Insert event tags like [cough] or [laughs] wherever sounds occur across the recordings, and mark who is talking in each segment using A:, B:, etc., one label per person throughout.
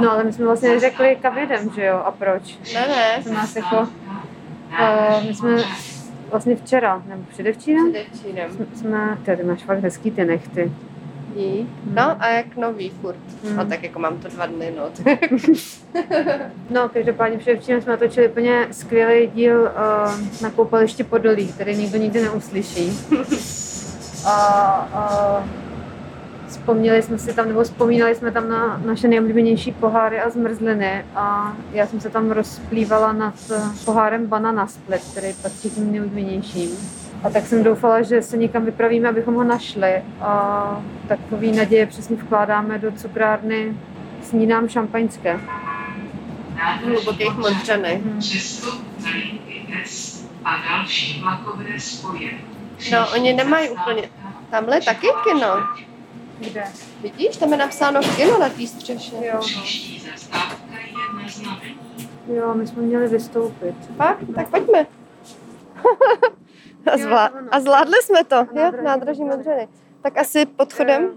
A: No, ale my jsme vlastně neřekli kam jedem, že jo, a proč.
B: Ne, ne.
A: To nás jako,
B: eh,
A: uh, my jsme vlastně včera, nebo předevčírem,
B: Předevčírem.
A: jsme- jsme, ty, ty máš fakt hezký ty nechty.
B: Dík. No a jak nový furt.
A: Hmm.
B: No tak jako mám to dva dny, no.
A: No, každopádně předevčírem jsme natočili úplně skvělý díl uh, na koupališti Podolí, který nikdo nikdy neuslyší. A uh, vzpomněli jsme si tam, nebo vzpomínali jsme tam na naše nejoblíbenější poháry a zmrzliny a já jsem se tam rozplývala nad eh, pohárem banana split, který patří k mým nejoblíbenějším. A tak jsem doufala, že se někam vypravíme, abychom ho našli. A takový naděje přesně vkládáme do cukrárny Snídám šampaňské.
B: V hlubokých modřanech.
C: Mhm.
D: Přestup na linky S a další vlakové spoje.
B: No, oni nemají úplně- Tamhle taky kino.
A: Kde?
B: Vidíš, tam je napsáno kino na té střeše.
A: Jo,
D: Příští zastávka je na znamení.
A: jo, my jsme měli vystoupit.
B: Pak, tak pojďme. [laughs]
A: Jo,
B: a, zvlá-
A: ono.
B: a zvládli jsme to, jo?
A: nádraží
B: Nádraží
A: Modřany.
B: Modřany. Tak asi pod chodem.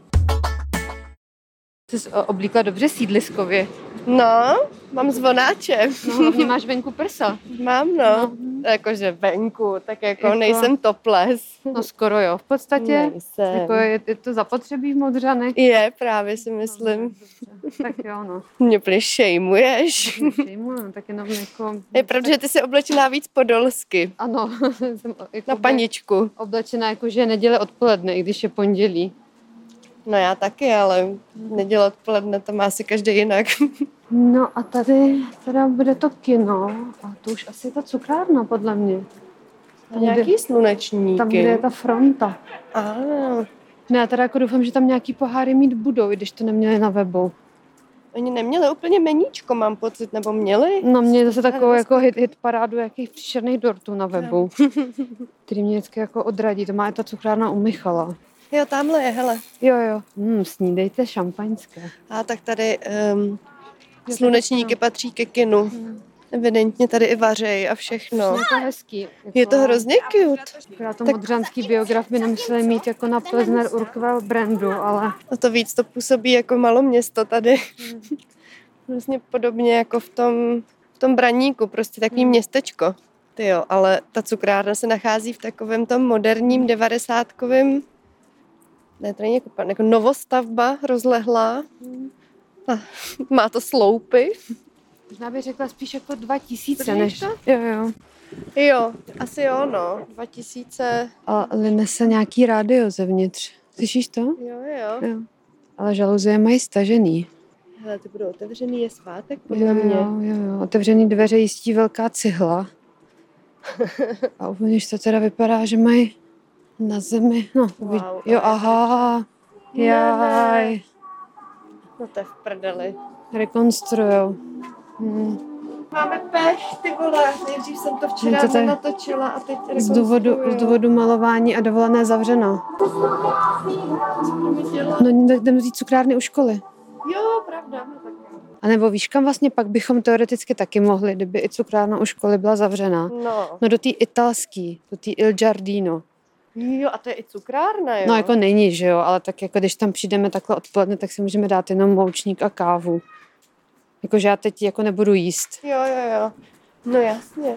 A: Jsi se oblíkla dobře sídliskově.
B: No, mám zvonáče.
A: [laughs] No, hlavně máš venku prsa.
B: Mám, no. Jakože venku, tak jako,
A: Jako-
B: nejsem toples.
A: No skoro jo, v podstatě.
B: Nejsem.
A: Jako je, je to zapotřebí v Modřanech.
B: Je, právě si myslím.
A: Dobře, Tak jo, [laughs] no.
B: Mě plně šejmuješ.
A: Přijmu, no, tak jenom jako...
B: Je pravda, že ty jsi oblečená víc podolsky.
A: Ano, [laughs] jsem jako
B: Na paničku.
A: oblečená jako, že je neděle odpoledne, i když je pondělí.
B: No já taky, ale neděle odpoledne to má asi každý jinak.
A: No a tady teda bude to kino a to už asi je ta cukrárna podle mě.
B: A nějaký slunečníky.
A: Tam, kde je ta fronta.
B: A,
A: Ne, já teda jako doufám, že tam nějaký poháry mít budou, i když to neměli na webu.
B: oni neměli úplně meníčko, mám pocit, nebo měli?
A: No mě zase takovou
B: Ale
A: jako hit, hit parádu jakých příšerných dortů na webu, [laughs] který mě vždycky jako odradí. To má i ta cukrárna u Michala.
B: Jo, tamhle je, hele.
A: Jo, jo. Hmm, snídejte šampaňské.
B: A tak tady um, slunečníky patří ke kinu. Evidentně tady i vařej a všechno.
A: no. Je to hezký.
B: no. Je to hrozně cute.
A: Já to
B: tak-
A: modřanský biograf by nemuseli mít jako na Plzner Urquell brandu, ale
B: A to víc to působí jako malo město tady.
A: Mm.
B: [laughs] Vlastně podobně jako v tom, v tom Braníku, prostě takový
A: Mm.
B: městečko. Ty jo, ale ta cukrárna se nachází v takovém tom moderním devadesátkovém, ne, to není jako, pan- jako novostavba rozlehlá.
A: Hmm.
B: A [laughs] má to sloupy.
A: možná bych řekla spíš jako 2000
B: Držíš
A: než...
B: to?
A: Jo, jo.
B: Jo, asi jo, no. 2000,
A: Ale nese nějaký rádio zevnitř. Slyšíš to?
B: jo, jo.
A: Jo. Ale žaluzie mají stažený.
B: Hele, ty budou otevřený, je svátek podle
A: Jo,
B: mě.
A: jo, jo, jo. Otevřený dveře jistí velká cihla. A uvnitř to teda vypadá, že mají na zemi. No, uvidí.
B: Wow,
A: jo,
B: ale-
A: aha,
B: Ne, ne.
A: jaj,
B: No to je v prdeli.
A: rekonstruujou. Hmm.
B: Máme pech, ty vole. Nejdřív jsem to
A: Ne,
B: včera
A: to tady-
B: natočila a teď
A: Z, důvodu, z důvodu malování a dovolené zavřeno. No, tak jdeme říct cukrárny u školy.
B: Jo, pravda. no
A: A nebo víš, kam vlastně pak bychom teoreticky taky mohli, kdyby i cukrárna u školy byla zavřená.
B: No.
A: No do té italský, do té Il Giardino.
B: Jo, a to je i cukrárna, jo?
A: No jako není, že jo, ale tak jako když tam přijdeme takhle odpoledne, tak si můžeme dát jenom moučník a kávu. Jakože já teď jako nebudu jíst.
B: Jo, jo, jo. No jasně.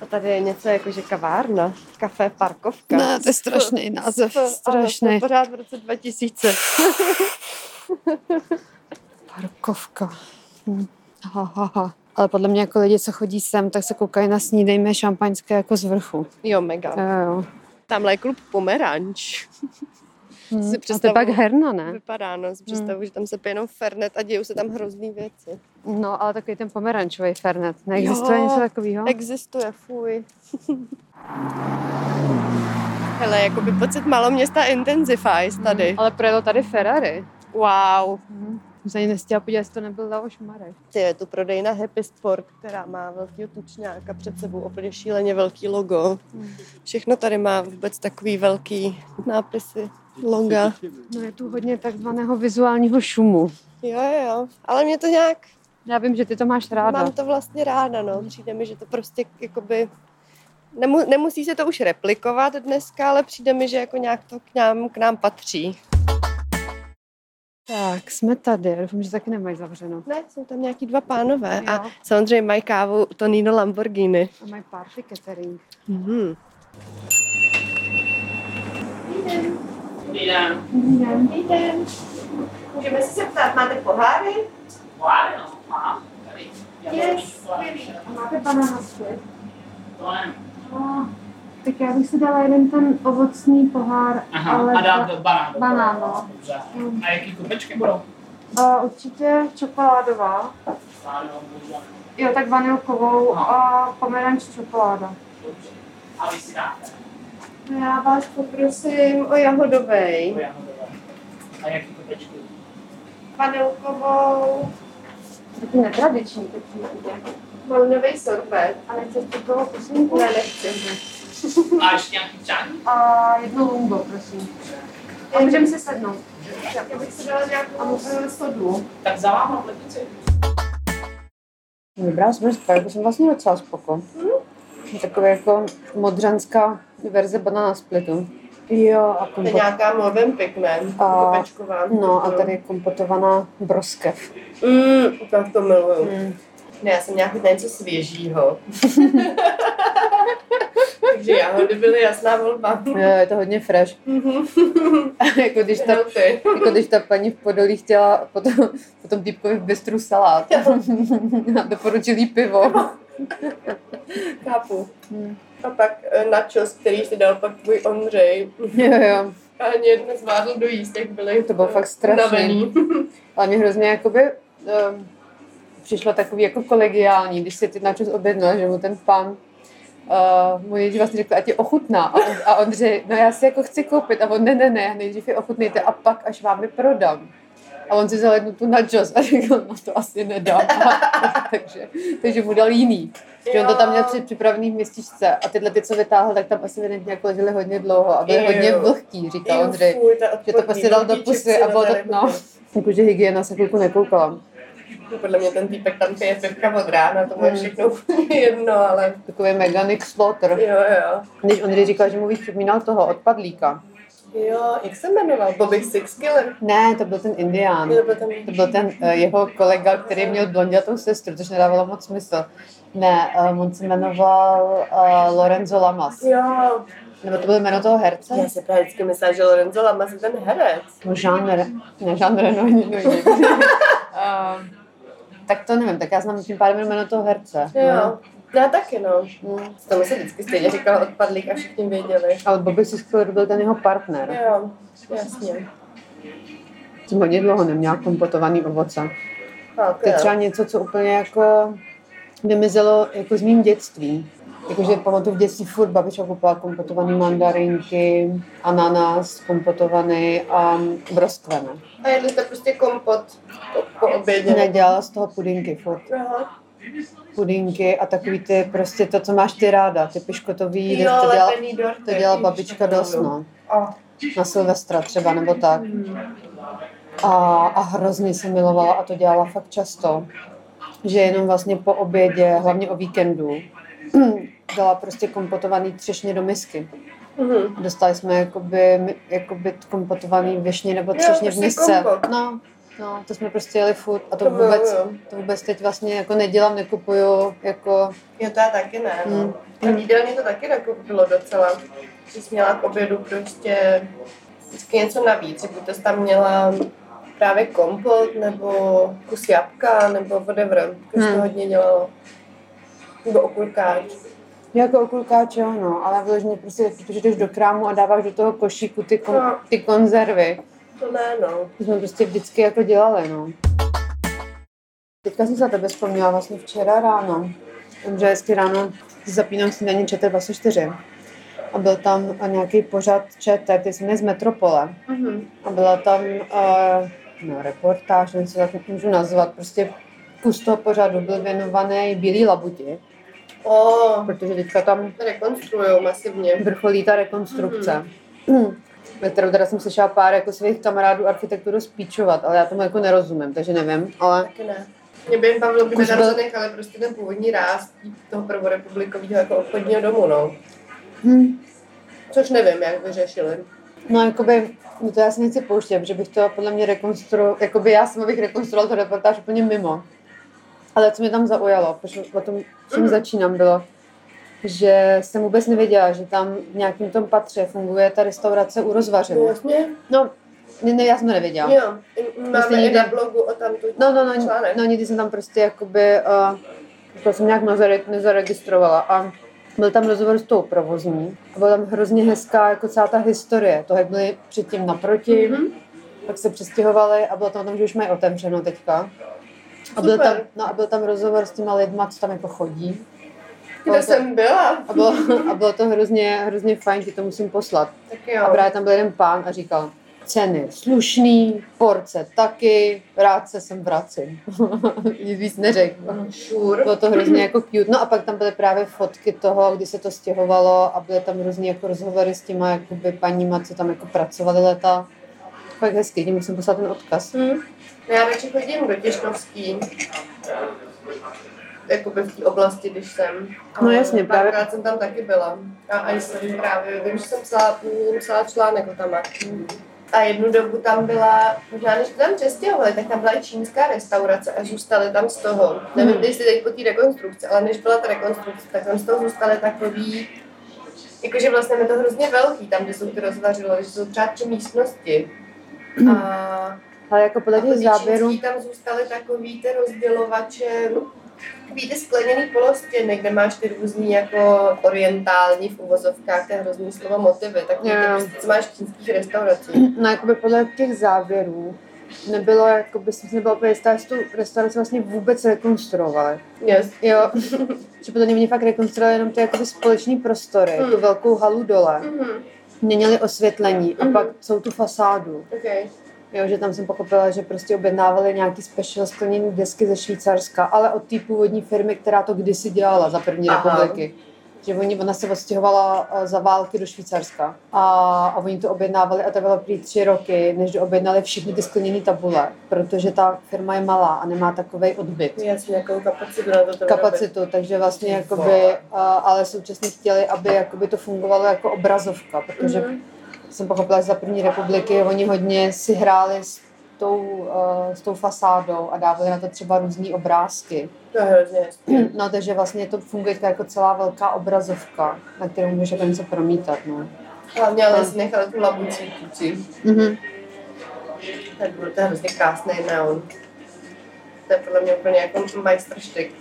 B: A tady je něco jako, že kavárna, kafé, parkovka.
A: No, to je strašný název,
B: To- ano, to
A: strašný.
B: je pořád v roce 2000.
A: Parkovka. Hm. Ha, ha, ha. Ale podle mě jako lidi, co chodí sem, tak se koukají na snídejme šampaňské jako z vrchu.
B: Jo, mega.
A: Jo, jo.
B: Tamhle je klub Pomeranč.
A: Hm.
B: Si
A: A to je
B: představuju-
A: pak herna, ne?
B: Vypadá,
A: Hm.
B: no, si představu, že tam se pije jenom fernet a dějou se tam hrozný věci.
A: No, ale takový ten pomerančový fernet. Neexistuje
B: Jo.
A: něco takového?
B: Existuje, fuj. Hele, jakoby pocit maloměsta intenzifies tady.
A: Ale projelo tady Ferrari.
B: Wow.
A: Hm. Jsem se ani nestěla podívat, jestli to nebyl Leoš Marek.
B: Ty, je tu prodejna Happy Sport, která má velký tučňáka před sebou, úplně šíleně velký logo. Všechno tady má vůbec takový velký nápisy, loga.
A: No je tu hodně takzvaného vizuálního šumu.
B: Jo, jo, ale mě to nějak,
A: Já vím, že ty to máš ráda.
B: mám to vlastně ráda, no. Přijde mi, že to prostě jakoby, nemu, nemusí se to už replikovat dneska, ale přijde mi, že jako nějak to k nám, k nám patří.
A: Tak, jsme tady. Já Doufám, že taky nemají zavřeno.
B: Ne, jsou tam nějaký dva pánové a
A: Jo.
B: samozřejmě mají kávu Tonino Lamborghini.
A: A mají party catering.
B: Mhm.
C: Mira,
B: Můžeme se zeptat, máte poháry?
C: claro, ah, peraí.
A: Yes, really. A máte banana split?
C: Claro.
A: No, tak já bych si dala jeden ten ovocný pohár,
C: Aham,
A: ale
C: No, a dá
A: ta-
C: do banana.
A: Banana.
B: no.
A: Hum.
C: Aí aqui com o peixe quebrou.
A: a, určitě čokoládová.
C: Claro, já.
A: Jo, tak vanilkovou
C: No.
A: a pomeranč čokoláda.
C: A vysirá.
B: No, Já vás poprosím o jahodovej.
C: Aí aqui com o peixe quebrou.
B: Vanilkovou,
A: Taky netradiční, tak určitě.
B: malinový sorbet.
A: A nechceš čokoládu kusinku?
B: Ne, nechci.
C: Acho que é aqui, Thiago.
A: A jedno lungo, prosím. A můžeme si sednout.
B: Já bych si dala nějakou eh, sodu.
C: Tá desalado, não pode
A: Dobrá, jsme jako jsem vlastně docela spoko. Je Takové jako modřanská verze banana splitu. Jo, a
B: To je
A: kompot...
B: nějaká Morven Pikmen,
A: A-
B: kopečková.
A: No a tady je kompotovaná broskev.
B: Mm, tak to miluju.
A: Mm.
B: Ne, já jsem měla chuť na něco [laughs] svěžího. Takže jahody byly jasná volba.
A: Jo, je to hodně fresh. [laughs]
B: Mhm. [laughs]
A: jako, když ta,
B: Hnuty.
A: jako když ta paní v Podolí chtěla potom, potom týpkovi v bistru [laughs] salát. a doporučil jí pivo.
B: Chápu.
A: Hmm.
B: A pak eh, nachos, který si dal pak tvůj Ondřej.
A: jo, jo.
B: Ani jeden zvládl dojíst, jak byli
A: To bylo
B: eh,
A: fakt strašný.
B: unavený.
A: Ale mě hrozně jakoby, um, přišlo takový jako kolegiální, když si ty načos objednal, že mu ten pan Uh, mu nejdřív vlastně řekl, ať je ochutná. A on, a on řekl, no já si jako chci koupit. A on, ne, ne, ne, nejdřív je ochutnejte a pak až vám je prodám. A on si vzal jednu tu nachos a [laughs] řekl, no to asi nedám. [laughs] takže, takže mu dal jiný. Že on to tam měl při připravený v městíčce a tyhle ty, co vytáhl, tak tam asi evidentně jako ležely hodně dlouho a byly
B: Jo.
A: hodně vlhký, říkal
B: Jo,
A: Ondřej.
B: fuj, ta
A: Že to prostě dal do
B: odporný
A: pusy a
B: rodiček
A: bylo
B: si
A: to,
B: na tady
A: no. Jakože hygiena se chvilku nekoukala.
B: No, Podle mě ten týpek tam pije pivka od rána, to je
A: Mm.
B: všechno úplně jedno, ale
A: Takový mega Nick Slaughter.
B: jo, jo.
A: Když Ondřej říkal, že mu víc připomínal toho odpadlíka.
B: Jo, jak se jmenoval? Bobby Six Killer?
A: Ne, to byl ten Indián.
B: Nebo tam...
A: To byl ten eh, jeho kolega, který měl blondětou sestru, což nedávalo moc smysl. Ne, eh, on se jmenoval eh, Lorenzo Lamas.
B: Jo,
A: Nebo to bylo jméno toho herce?
B: já si právě vždycky myslela, že Lorenzo Lamas je ten herec.
A: No žánr, ne žánr, no, no, no, no. Ehm, Tak to nevím, tak já znám tím pádem jenom jméno toho herce.
B: Jo, já taky no.
A: No. Mm.
B: Tomu se vždycky stejně říkal odpadlík a všichni věděli.
A: Ale Bobby Siskler byl ten jeho partner.
B: Jo, jasně.
A: Jsem hodně dlouho neměla kompotovaný ovoce.
B: Tak,
A: To je třeba
B: jo.
A: něco, co úplně jako vymizelo jako z mým dětství. Jakože pamatuju v dětství furt babička kupovala kompotované mandarinky, ananas kompotovaný a broskvené.
B: A jedli jste prostě kompot po, po obědě.
A: Nedělala z toho pudinky furt.
B: Aha.
A: Pudinky a takový ty prostě to, co máš ty ráda, ty piškotový,
B: Jo,
A: to dělala,
B: lepený dorty.
A: to dělala babička dost, no.
B: A
A: na Silvestra třeba, nebo tak. A, a hrozně jsem milovala a to dělala fakt často. Že jenom vlastně po obědě, hlavně o víkendu, [clears throat] dala prostě kompotovaný třešně do misky.
B: Mhm.
A: Dostali jsme jakoby, mi- jakoby kompotovaný věšně nebo
B: Jo,
A: třešně v
B: prostě
A: misce.
B: kompot.
A: No, no, to jsme prostě jeli furt a to
B: To miluju.
A: vůbec, to vůbec teď vlastně jako nedělám, nekupuju, jako
B: Jo, to já taky ne.
A: Mm.
B: No. A jídelně to taky nakoupilo docela. Že jsi měla k obědu prostě vždycky něco navíc. že Buď to jsi tam měla právě kompot, nebo kus jabka, nebo whatever. Když
A: Mm.
B: to hodně dělalo. Nebo okurkáč.
A: Jako okulkáč, jo, no, ale vyloženě prostě, protože jdeš do krámu a dáváš do toho košíku ty, kon,
B: No.
A: ty konzervy.
B: To ne, no.
A: To jsme prostě vždycky jako dělali, no. Teďka jsem se na tebe vzpomněla vlastně včera ráno. Vím, že hezky ráno zapínám si na ně ČT 24. A byl tam eh, nějaký pořad ČT, ty jsi z Metropole.
B: Mhm.
A: A byla tam uh, no, reportáž, nevím, co tak můžu nazvat, prostě kus toho pořadu byl věnovaný Bílý labuti,
B: O,
A: protože teďka tam
B: rekonstruujou masivně.
A: vrcholí ta rekonstrukce. Mm. kterou teda jsem slyšela pár jako svých kamarádů architekturu spíčovat, ale já tomu jako nerozumím, takže nevím, ale
B: Taky ne. Mě by jen bavilo, kdyby
A: Kus
B: nám
A: byl-
B: to nechali prostě ten původní ráz toho prvorepublikového jako obchodního domu, no.
A: hm,
B: Což nevím, jak vyřešili.
A: No, jakoby, no to já si nechci pouštět, protože bych to podle mě rekonstruoval, jakoby já sama bych rekonstruoval tu reportáž úplně mimo. Ale co mě tam zaujalo, protože o tom, čím začínám, bylo, že jsem vůbec nevěděla, že tam v nějakém tom patře funguje ta restaurace u
E: No
A: rozvaření.
E: jasně.
B: vlastně,
A: No, ne, ne, já jsem to nevěděla.
E: Jo. Máme i
A: Vlastně někde-
E: na blogu o tamtu
A: No, no, no,
E: článek.
A: no nikdy jsem tam prostě jakoby, uh, to jsem nějak nezare- nezaregistrovala a byl tam rozhovor s tou provozní a byla tam hrozně hezká jako celá ta historie, to jak byli předtím naproti,
E: Mhm.
A: mm-hmm. pak se přestěhovali a bylo tam o tom, že už mají otevřeno teďka. A byl,
E: Super.
A: tam, no a byl tam rozhovor s těma lidma, co tam jako chodí. Bylo
E: Kde
A: to-
E: jsem byla?
A: A bylo, a bylo to hrozně, hrozně fajn, že to musím poslat.
E: Tak jo.
A: A právě tam byl jeden pán a říkal, ceny slušný, porce taky, rád se sem vracím. [laughs] Nic víc neřekl.
E: Šur.
A: Bylo to hrozně jako cute. No a pak tam byly právě fotky toho, kdy se to stěhovalo a byly tam různý jako rozhovory s těma jakoby paníma, co tam jako pracovali leta. Fakt hezky, tím musím poslat ten odkaz.
E: Hm. No já radši chodím do Těšnovský. Jakoby v té oblasti, když jsem.
A: No
E: Ale
A: jasně, právě-
E: Párkrát jsem tam taky byla. A, a jsem právě, vím, že jsem psala, vím, psala článek o tam. A jednu dobu tam byla, možná než to tam přestěhovali, tak tam byla i čínská restaurace a zůstaly tam z toho.
A: Hmm.
E: Nevím, jestli teď po té rekonstrukci, ale než byla ta rekonstrukce, tak tam z toho zůstaly takový, jakože vlastně je to hrozně velký, tam, kde jsou ty rozvařilo, že jsou třeba tři místnosti.
A: Hmm.
E: A
A: Ale jako podle těch
E: a ty
A: záběrů,
E: čínský tam zůstaly takový ty rozdělovače, takový ty skleněný polostěny, kde máš ty různý jako orientální v uvozovkách, ty hrozný slova motivy, tak ty
A: Jo.
E: prostě, co máš v čínských restauracích.
A: no jakoby podle těch záběrů, nebylo, jakoby jsem si nebyla úplně jistá, jestli tu restauraci vlastně vůbec rekonstruovali.
E: Yes.
A: Jo, že podle mě mě fakt rekonstruovali jenom ty jakoby společní prostory,
E: Mm.
A: tu velkou halu dole.
E: Mhm,
A: Měnili osvětlení a
E: Mhm.
A: pak jsou tu fasádu.
E: okay.
A: Jo, že tam jsem pochopila, že prostě objednávali nějaký special skleněný desky ze Švýcarska, ale od té původní firmy, která to kdysi dělala za první
E: Aha.
A: republiky. Že oni, ona se odstěhovala eh, za války do Švýcarska a, a oni to objednávali a to bylo prý tři roky, než objednali všechny ty skleněné tabule, protože ta firma je malá a nemá takový odbyt
E: Jasně, jakou kapacitu na to to
A: kapacitu, takže vlastně jakoby, a- ale současně chtěli, aby jakoby to fungovalo jako obrazovka, protože
E: Mhm.
A: jsem pochopila, že za první republiky oni hodně si hráli s tou, eh, s tou fasádou a dávali na to třeba různé obrázky.
E: To je hrozně hezký.
A: No takže vlastně to funguje jako celá velká obrazovka, na kterou můžeš jako něco promítat. No.
E: Hlavně ale
A: Tam.
E: si nechali tu labu cvítící.
A: Mm-hmm.
E: To je, to je hrozně krásný neon. To je podle mě úplně jako majstrštyk.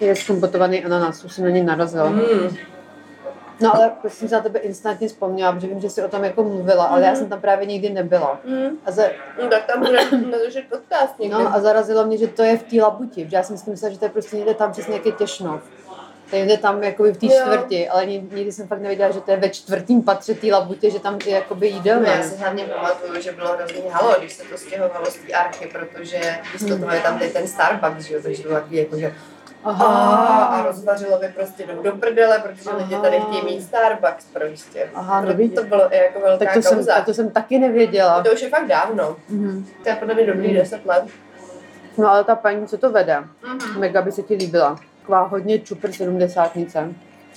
A: Je zkompotovaný ananas, už jsem na něj narazila.
E: Mm.
A: Mhm. No ale prostě jsem se na tebe instantně vzpomněla, protože vím, že jsi o tom jako mluvila, ale já jsem tam právě nikdy nebyla.
E: Mm.
A: A za,
E: No, tak tam budeme natočit podcast někdy.
A: No a zarazilo mě, že to je v té labuti, protože já jsem si myslela, že to je prostě někde tam přesně jak je těšno. To je někde tam jakoby v té
E: Jo.
A: čtvrti, ale ni- nikdy jsem fakt nevěděla, že to je ve čtvrtém patře té labutě, že tam je jakoby
E: No,
A: jídelna.
E: já si hlavně pamatuju, že bylo hrozný halo, když se to stěhovalo z té archy, protože místo toho je tam teď ten Starbucks, že jo, takže to bylo takový jako, že a, a rozvařilo by prostě do, do prdele, protože lidi
A: Aha.
E: tady chtějí mít Starbucks prostě.
A: Aha, no
E: Proto
A: vidíš.
E: to bylo i jako velká
A: Tak to jsem,
E: kauza.
A: tak to jsem taky nevěděla.
E: to už je fakt dávno.
A: Mhm.
E: To je podle mě dobrý 10 let.
A: No ale ta paní, co to vede,
E: Mhm.
A: mega by se ti líbila. Taková hodně čupr sedmdesátnice,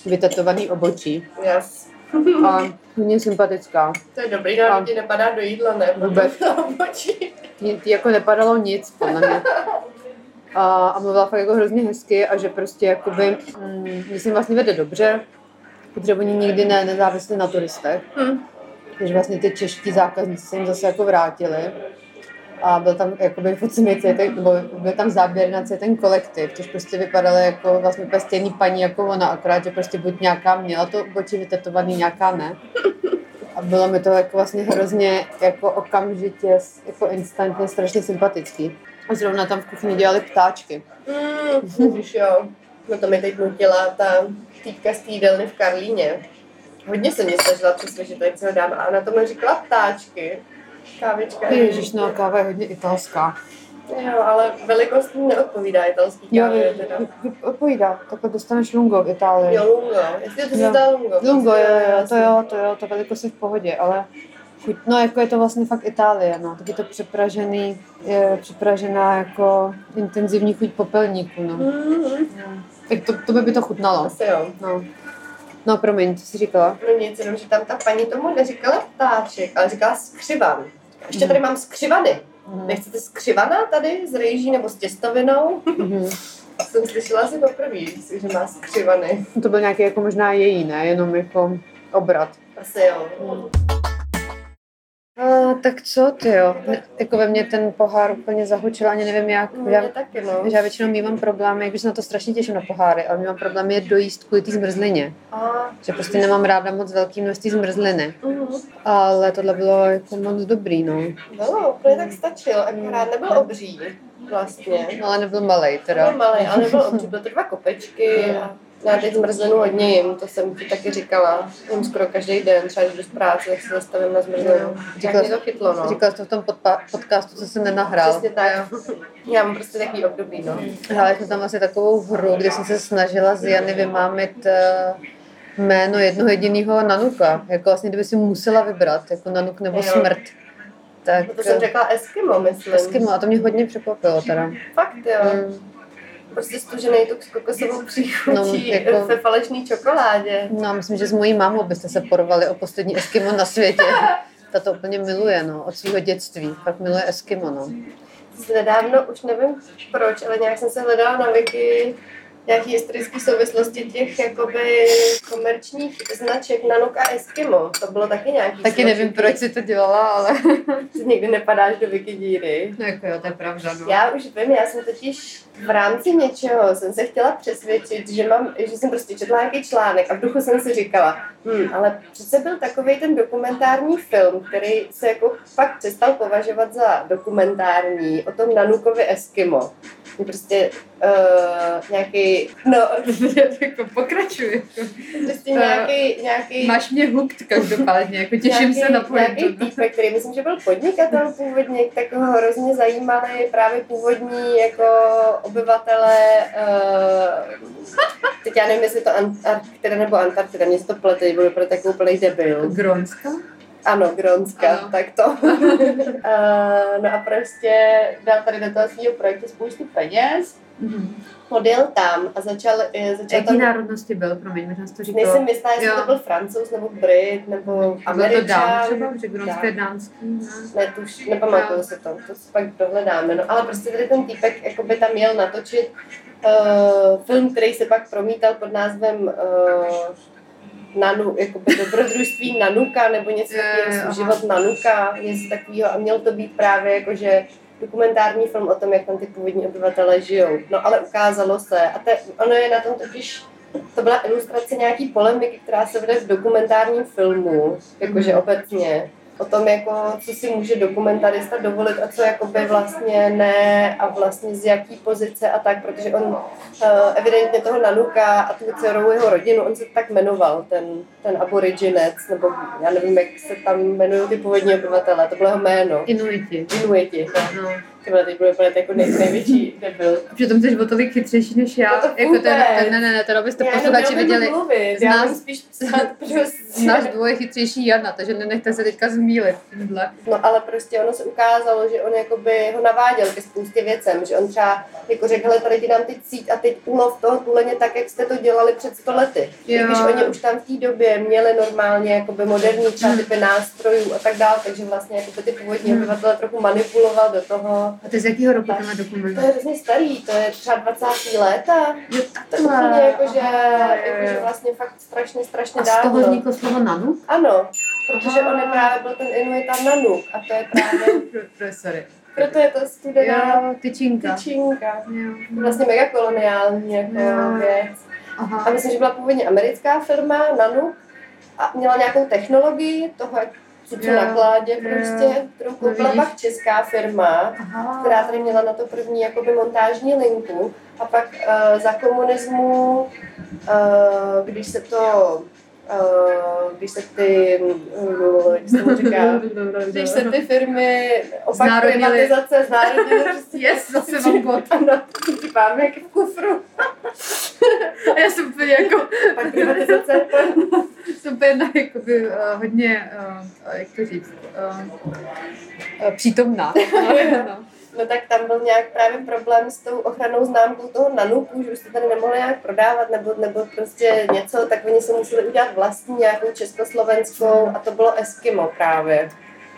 A: vytetovaný obočí
E: Yes. Mhm.
A: a hodně sympatická.
E: To je dobrý, no,
A: A-
E: a lidi nepadá do jídla, ne? [laughs]
A: Vůbec.
E: Obočí.
A: Jí- jí jako nepadalo nic, podle mě. A, a mluvila fakt jako hrozně hezky a že prostě jakoby, mm, myslím, vlastně vede dobře, protože oni nikdy ne, nezávisli na turistech.
E: Hm.
A: Takže vlastně ty čeští zákazníci se jim zase jako vrátili. A byl tam jakoby focený celý ten, nebo byl tam záběr na celý ten kolektiv, což prostě vypadalo jako vlastně úplně stejný paní jako ona, akorát, že prostě buď nějaká měla to oči vytetovaný, nějaká ne. A bylo mi to jako vlastně hrozně jako okamžitě, jako instantně strašně sympatický. A zrovna tam v kuchyni dělali ptáčky.
E: Mm, Víš jo, no to mi teď nutila ta týpka z té jídelny v Karlíně. Hodně se mě snažila přesvědčit, tady co dám, a na tomhle říkala ptáčky. Kávička.
A: Ježiš, no a káva je hodně italská.
E: Jo, ale velikost mi neodpovídá italský
A: Jo,
E: kávě. teda.
A: pojídá, takhle dostaneš lungo v Itálii.
E: Jo, lungo. Jestli to
A: Jo.
E: se zdá lungo.
A: Lungo, jo, jo, jo, to
E: jasně.
A: jo, to jo, to velikost je v pohodě, ale chuť, no jako je to vlastně fakt Itálie, no, taky to přepražený, je přepražená jako intenzivní chuť popelníku, no.
E: Mm,
A: Tak to, to by by to chutnalo.
E: Asi jo.
A: No.
F: No promiň, co jsi říkala?
E: No nic, jenom, že tam ta paní tomu neříkala ptáček, ale říkala skřivan. Ještě tady mám skřivany. Nechcete skřivana tady s rejží nebo s těstovinou? [laughs]
F: Mhm.
E: A jsem slyšela si poprvé, že má skřivany.
F: To byl nějaký jako možná její, ne? Jenom jako obrat.
E: Asi jo.
F: A, tak co ty jo? Ne, jako ve mně ten pohár úplně zahučil, ani nevím jak.
E: No,
F: já,
E: mě taky, no.
F: že já většinou mývám problémy, jak se na to strašně těším na poháry, ale mývám problémy je dojíst kvůli té zmrzlině.
E: A,
F: Že prostě nemám ráda moc velký množství zmrzliny.
E: mhm.
F: Ale tohle bylo jako moc dobrý, no.
E: Bylo, úplně tak stačil, akorát nebyl obří vlastně.
F: Ale nebyl malej
E: Byl
F: Hmm. teda.
E: malý, ale nebyl obří, byl to dva kopečky. A já teď zmrzlinu hodně jim, to jsem ti taky říkala. Jim skoro každý den, třeba když jdu z práce, tak se zastavím na zmrzlinu. Tak
F: Říkala-
E: mě to chytlo, no.
F: Říkala jsi to v tom podpa- podcastu, co jsem nenahrál.
E: Přesně tak. Já mám prostě takový období, no.
F: Hráli jsme tam vlastně takovou hru, kde jsem se snažila z Jany vymámit eh, jméno jednoho jediného Nanuka. Jako vlastně, kdyby si musela vybrat, jako Nanuk nebo
E: Jo.
F: smrt. Tak
B: No
E: To jsem řekla Eskimo, myslím.
F: Eskimo, a to mě hodně překvapilo teda.
E: Fakt, jo.
F: Mm.
E: Prostě stužený tuk s kokosovou příchutí
F: No, jako-
E: ve falešné čokoládě.
F: No a myslím, že s mojí mámou byste se porvali o poslední Eskimo na světě. Ta to úplně miluje, no, od svého dětství. Fakt miluje Eskimo, no.
E: Nedávno, už nevím proč, ale nějak jsem se hledala na wiki nějaký historické souvislosti těch jakoby komerčních značek Nanook a Eskimo. To bylo taky nějaký
F: Taky nevím, proč si to dělala, ale...
E: Ty někdy nepadáš do wiki díry.
F: No jako jo, to je pravda, no.
E: Já už vím, já jsem totiž v rámci něčeho jsem se chtěla přesvědčit, že, mám, že jsem prostě četla nějaký článek a v duchu jsem si říkala, hm, ale přece byl takový ten dokumentární film, který se jako fakt přestal považovat za dokumentární o tom Nanukovi Eskimo. Prostě uh, nějaký, no, [laughs]
A: jako pokračuj.
E: prostě nějaký, nějaký
A: mě hooked každopádně, jako
E: Nějaký týpek, který myslím, že byl podnikatel původně, tak ho hrozně zajímaly právě původní jako obyvatele, uh, teď já nevím, jestli to Ant- Arktida nebo Antarktida, mě se to plete, budu pro takovou plný debil.
A: Gronska?
E: Ano, Grónska,
A: Ano.
E: tak to. [laughs] uh, no a prostě dal tady do toho svého projektu spoustu peněz,
A: Mhm.
E: odjel tam a začal, eh, začal
A: Jaký
E: tam
A: národnosti byl, promiň, možná jsi to říkala.
E: Nejsem jistá, jestli
A: Jo.
E: to byl francouz nebo Brit nebo
A: Byl to dám
E: Američan.
A: třeba, že Gronsko je dánský.
E: Ne, to už nepamatuju si to, to si pak dohledáme. No, ale prostě tady ten týpek jakoby tam měl natočit uh, film, který se pak promítal pod názvem uh, Nanu, jakoby dobrodružství Nanuka, nebo něco
A: Jo, jo,
E: takového, svůj
A: aha.
E: život Nanuka, něco takového. A měl to být právě jakože dokumentární film o tom, jak tam ty původní obyvatele žijou. No ale ukázalo se, a te, ono je na tom totiž to byla ilustrace nějaký polemiky, která se vede v dokumentárním filmu,
F: Mhm.
E: jakože obecně, o tom, jako, co si může dokumentarista dovolit a co jakoby vlastně ne a vlastně z jaký pozice a tak, protože on eh, evidentně toho Nanuka a tu dcerou jeho rodinu, on se tak jmenoval, ten, ten aboriginec, nebo já nevím, jak se tam jmenují ty původní obyvatele, to bylo jeho jméno.
A: Inuiti.
E: Inuiti, no.
A: No.
E: Ty vole, teď bude vypadat jako nej, největší debil.
A: Přitom jsi o tolik chytřejší než já.
E: No to
A: jako to je,
E: vůbec.
A: ne, ne, ne, teda byste
E: Já
F: posluchači
E: neumím
F: viděli.
E: Mluvit,
F: Z
E: já
F: nás-
E: umím spíš psát prostě.
F: Z nás dvoje chytřejší Jana, takže nenechte se teďka zmílit tímhle.
E: No ale prostě ono se ukázalo, že on jakoby ho naváděl ke spoustě věcem, že on třeba jako řekl, hele, tady ti dám teď síť a teď ulov toho tuleně tak, jak jste to dělali před sto lety.
A: Jo.
E: Když oni už tam v té době měli normálně jakoby moderní třeba
A: Hmm.
E: typy nástrojů a tak dále, takže vlastně jakoby ty původní obyvatele trochu manipuloval do toho.
A: A to je z jakého roku tenhle dokument?
E: To je hrozně starý, to je třeba 20. léta.
A: Jo,
E: To je úplně jako,
A: takhle.
E: jakože,
A: Aha, jo, jo.
E: jakože vlastně fakt strašně, strašně
A: A z toho
E: dávno.
A: vzniklo slovo nanu?
E: Ano, protože
A: Aha.
E: on je právě byl ten Inuitan Nanuk a to je právě
A: Pro, sorry.
E: Proto je to studená
A: Jo, tyčinka.
E: tyčinka.
A: Jo.
E: Vlastně mega koloniální jako
A: Jo.
E: věc. A
A: Aha.
E: myslím, že byla původně americká firma Nanook a měla nějakou technologii toho, jak si to
A: Jo.
E: nakládě
A: Jo. No
E: prostě, kterou koupila
A: vidíš.
E: pak česká firma,
A: Aha.
E: která tady měla na to první jakoby montážní linku a pak eh, za komunismu, eh, když se to eh, když se ty, eh, jak se tomu říká, [laughs] když se ty firmy opak
A: Znárodnily.
E: privatizace znárodnily, prostě
A: Yes, zase mám bod.
E: [laughs] Ano, ty máme jak v kufru.
A: A [laughs] já jsem úplně jako,
E: Pak privatizace.
A: jsem úplně na, jakoby, eh, uh, eh, hodně, uh, jak to říct, uh, uh, přítomná. no.
E: No tak tam byl nějak právě problém s tou ochranou známkou toho nanuku, že už se tady nemohli nějak prodávat nebo, nebo prostě něco, tak oni se museli udělat vlastní nějakou československou a to bylo Eskimo právě.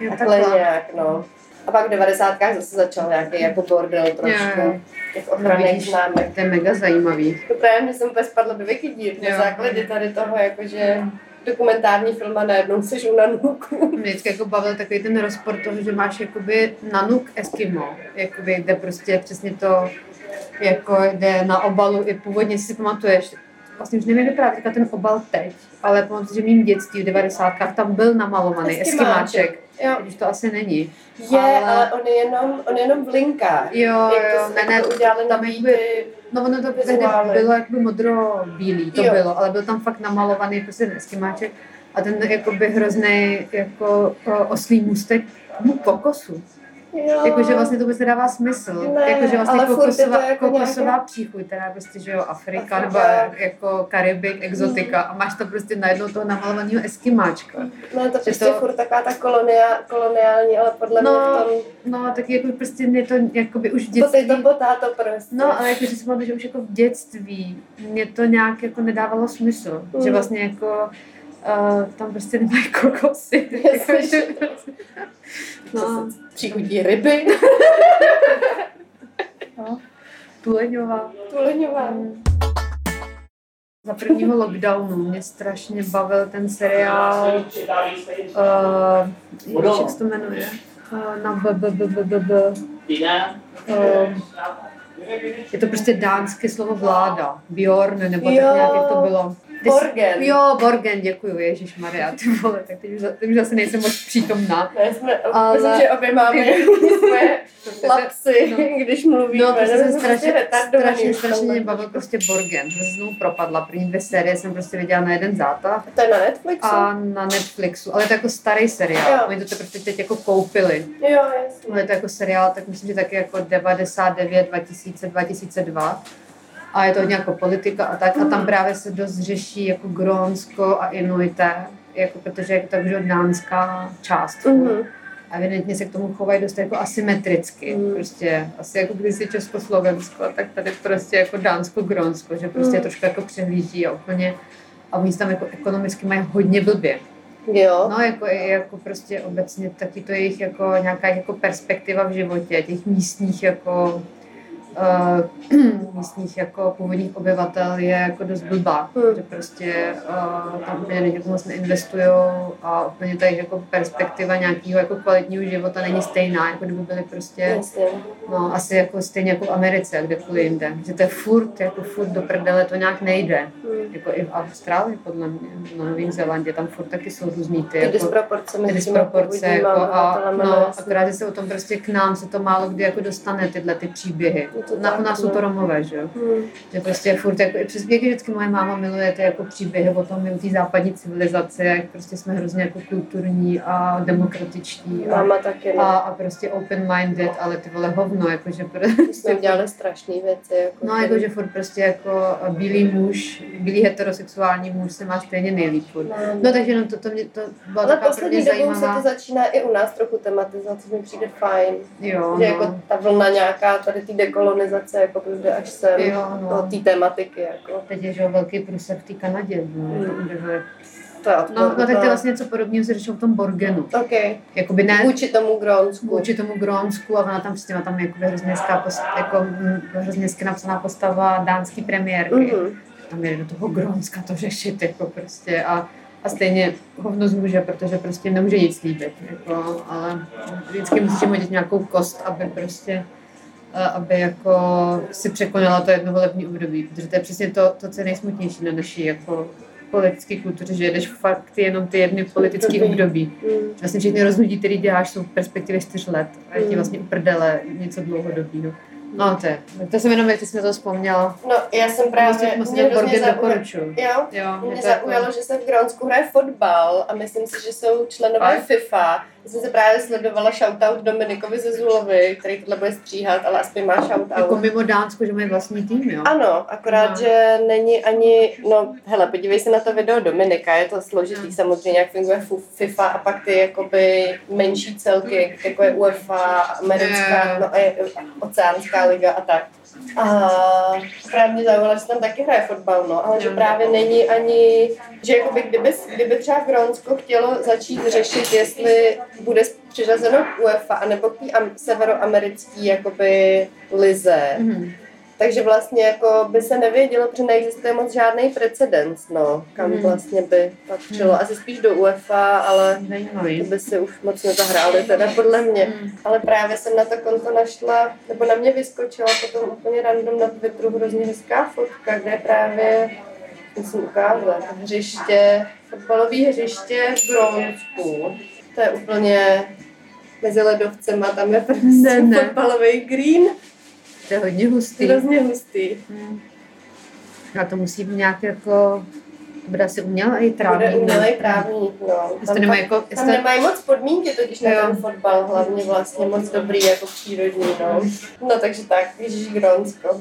E: Takhle nějak, no. A pak v 90. zase začal nějaký jako bordel trošku.
F: Jo, jo.
E: Těch
F: No,
E: ochranných
F: vidíš,
E: známek.
F: tak to je mega zajímavý.
E: To právě mě jsem úplně spadla do vykydí, na
F: Jo.
E: základy tady toho, jakože dokumentární film a najednou seš u nanuku.
A: Mě vždycky jako bavil takový ten rozpor toho, že máš jakoby nanuk Eskimo, jakoby, kde prostě přesně to jako jde na obalu i původně si pamatuješ, vlastně už nevím, jak vypadá teďka ten obal teď, ale pamatuju, že v mým dětství v 90. tam byl namalovaný
E: Eskimáček.
A: eskimáček,
E: Jo.
A: když to asi není.
E: Je,
A: Ale-
E: ale, on je jenom, on je jenom blinká.
A: Jo,
E: Jak to, jako
A: jo,
E: s-
A: ne, ne,
E: jak to udělali
A: tam
E: tam
A: jakoby- no ono to tehdy
E: vizuály.
A: bylo jakoby modro-bílý, to
E: Jo.
A: bylo, ale byl tam fakt namalovaný prostě ten eskimáček a ten jakoby hrozný jako o, oslý můstek mu pokosu.
E: Jo.
A: Jakože vlastně to vůbec nedává smysl.
E: Ne,
A: jakože vlastně
E: ale furt je to
A: kokosová,
E: jako
A: kokosová
E: nějaká-
A: příchuť, která je prostě, že jo, Afrika,
E: Afrika.
A: nebo jako Karibik, exotika a máš tam prostě najednou toho namalovaného eskimáčka.
E: No, je to
A: že
E: prostě
A: to-
E: furt taková ta kolonia, koloniální, ale podle
A: No,
E: mě v tom...
A: No a tak jako prostě mě to jakoby už v
E: Dětství...
A: dětství...
E: to potá to prostě.
A: No, ale jakože si pamatuju, že už jako v dětství mě to nějak jako nedávalo smysl, že
E: Mm.
A: vlastně jako uh, tam prostě nemají kokosy. [laughs]
E: Jasně.
A: no,
E: Příchutí ryby.
A: tuleňová.
E: Tuleňová.
A: Za prvního lockdownu mě strašně bavil ten seriál Uh, jak se to jmenuje? Uh, na b, b, b, b, b, b.
C: Dina.
A: Uh, je to prostě dánské slovo vláda. Bjorn, nebo tak
E: Jo.
A: nějak, jak to bylo. [laughs] Ty jsi-
E: Borgen.
A: Jo, Borgen, děkuji, Ježíš Maria, ty vole, tak teď už, za- teď už zase nejsem moc přítomná.
E: Ne, jsme,
A: Ale-
E: ale... myslím, že obě
A: [laughs]
E: máme svoje lapsy,
A: No.
E: [laughs] když mluvíme.
A: No, prostě
E: nebo
A: jsem
E: jsme
A: strašně,
E: retardovaní
A: strašně,
E: už v tom.
A: strašně mě bavil prostě Borgen. Jsem se znovu propadla, první dvě série jsem prostě viděla na jeden zátah
E: To je na Netflixu?
A: a na Netflixu, ale je to jako starý seriál,
E: Jo.
A: oni to teprve teď jako koupili.
E: Jo, jasně.
A: No, je to jako seriál, tak myslím, že taky jako 99, 2000, 2002. A je to hodně jako politika a tak. A
E: Mm.
A: tam právě se dost řeší jako Grónsko a Inuité, jako protože je to už dánská část. Mm-hmm.
E: Mhm.
A: A evidentně se k tomu chovají dost jako asymetricky.
E: Mm.
A: Mm. Prostě asi jako když je Československo, tak tady prostě jako Dánsko, Grónsko, že prostě
E: Mm.
A: mm. trošku jako přehlíží a úplně a oni se tam jako ekonomicky mají hodně blbě.
E: Jo.
A: No, jako, jako prostě obecně taky to jejich jako nějaká jako perspektiva v životě, těch místních jako uh, [clears throat] místních jako původních obyvatel je jako dost blbá,
E: Hmm.
A: že prostě uh, tam úplně lidi jako moc neinvestují a úplně ta jejich jako perspektiva nějakého jako kvalitního života není stejná, jako kdyby byly prostě
E: Jasně.
A: no, asi jako stejně jako v Americe, kde kvůli jinde, že to je furt, jako furt do prdele, to nějak nejde.
E: Hm.
A: Jako i v Austrálii, podle mě, na Novém Zélandě, tam furt taky jsou různý ty,
E: Ty
A: jako,
E: disproporce
A: ty
E: mezi těma
A: disproporce,
E: původníma
A: jako a,
E: obyvatelema,
A: no,
E: jasně.
A: akorát, že se o tom prostě k nám se to málo kdy jako dostane, tyhle ty příběhy.
E: Je to
A: Na,
E: tak,
A: u nás jsou to
E: no.
A: Romové, že jo?
E: Hm.
A: Že prostě furt, jako i přes věky vždycky moje máma miluje ty jako příběhy o tom, o té západní civilizace, jak prostě jsme hrozně jako kulturní a demokratičtí a,
E: Máma taky, no.
A: a, a prostě open-minded, ale ty vole hovno, jakože pro- [laughs]
E: My jsme udělali strašné věci. Jako
A: No, jakože furt prostě jako bílý muž, bílý heterosexuální muž se má stejně nejlíp furt. No takže jenom to, to mě to byla
E: Ale
A: taková pro mě
E: poslední dobou se
A: zajímavá.
E: to začíná i u nás trochu tematizovat, což mi přijde fajn.
A: jo, no.
E: Že jako ta vlna nějaká tady té dekolonizace jako by jde až sem.
A: jo,
E: No,
A: no.
E: té tematiky, jako.
A: Teď je že jo, velký průser v té Kanadě. No,
E: Mm.
A: kde-
E: To je odporné.
A: no, no tak to je vlastně něco podobného se řešilo v tom Borgenu.
E: OK.
A: Jakoby ne,
E: Vůči tomu Grónsku.
A: vůči tomu Grónsku a ona tam s těma tam je jakoby hrozně hezká, post, jako, mm, hrozně hezky napsaná postava dánský premiérky.
E: Mhm.
A: Tam jede do toho Grónska to řešit jako prostě a, a stejně hovno zmůže, protože prostě nemůže nic líbit, jako, ale vždycky musí hodit nějakou kost, aby prostě eh, aby jako si překonala to jedno volební období, protože to je přesně to, to co je nejsmutnější na naší jako politické kultuře, že jedeš fakt jenom ty jedny politické
E: Období.
A: období.
E: Mm.
A: Vlastně všechny rozhodnutí, které děláš, jsou v perspektivě čtyř let a je ti
E: Mm.
A: vlastně uprdele něco dlouhodobého. No to je, to jsem jenom, jak ty jsi na to vzpomněla.
E: No, já jsem
A: Právě
E: právě...
A: moc
E: mě hrozně
A: Borgen
E: zaujalo.
A: doporučuji.
E: Jo,
A: Jo,
E: mě
A: to jako-
E: zaujalo, že se v Grónsku hraje fotbal a myslím si, že jsou členové
A: Fakt?
E: FIFA Já jsem se právě sledovala shoutout Dominikovi ze Zulovy, který tohle bude stříhat, ale aspoň má shoutout.
A: Jako mimo Dánsko, že mají vlastní tým, jo?
E: Ano, akorát,
A: No.
E: no. že není ani, no hele, podívej se na to video Dominika, je to
A: No.
E: složitý samozřejmě, jak funguje fu- FIFA a pak ty jakoby menší celky, jako je UEFA, americká,
A: Jo.
E: no a je oceánská liga a tak. A právě mě zaujalo, že tam taky hraje fotbal, no, ale že
A: Jo.
E: právě není ani, že jakoby kdyby, kdyby třeba Grónsko chtělo začít řešit, jestli bude přiřazeno k UEFA, anebo k té am- severoamerický jakoby lize,
A: Mhm.
E: takže vlastně jako by se nevědělo, protože neexistuje moc žádný precedens, no, kam
A: Hmm.
E: hmm. vlastně by patřilo. Asi spíš do UEFA, ale to
A: Zajímavý.
E: by si už moc nezahráli, teda podle mě.
A: Hmm.
E: Ale právě jsem na to konto našla, nebo na mě vyskočila potom úplně random na Twitteru hrozně hezká fotka, kde je právě, musím ukázat, hřiště, fotbalové hřiště v Bronsku. To je úplně mezi ledovcema, tam je prostě
A: Ne, ne.
E: fotbalový green,
A: To je hodně hustý.
E: hrozně hustý.
A: Hmm. A to musí být nějak jako, to bude asi uměl i trávník.
E: Bude
A: ne?
E: umělej právník, no.
A: Jestli
E: Tam,
A: nemají
E: pak-
A: jako,
E: tam
A: jestli,
E: nemají moc podmínky totiž na
A: Jo.
E: ten fotbal, hlavně vlastně moc dobrý jako přírodní, no. No takže tak, Ježíš Grónsko.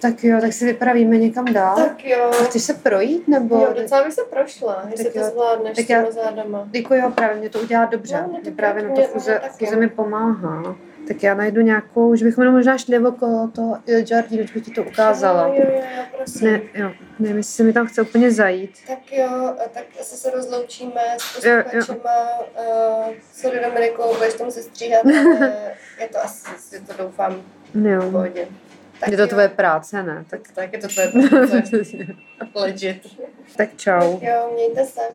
A: tak jo, tak se vypravíme někam dál.
E: Tak jo,
A: A chceš se projít, nebo?
E: jo, docela bych se prošla, jestli
A: No, Tak jo.
E: to zvládneš
A: Tak
E: s
A: já-
E: těma zádama.
A: Jako jo, právě mě to udělá dobře.
E: No, no, tak
A: Mě právě na to
E: mě-
A: fuze,
E: no, tak jo.
A: fuze mi pomáhá. Tak já najdu nějakou, že bychom jenom možná šli okolo toho Jardínu, že bych ti to ukázala.
E: Jo, jo, jo, prosím.
A: No. Ne, jo, nevím, jestli se mi tam chce úplně zajít.
E: Tak jo, a tak asi se rozloučíme s
A: Jo, jo.
E: posluchačema. Uh, sorry Dominiku, budeš to muset stříhat,
A: [laughs]
E: ale je to asi, je to doufám, v
A: Jo.
E: pohodě.
A: Je to
E: jo.
A: tvoje práce, ne? Tak, [laughs]
E: Tak je to tvoje práce, legit.
A: tak čau.
E: Jo, mějte se.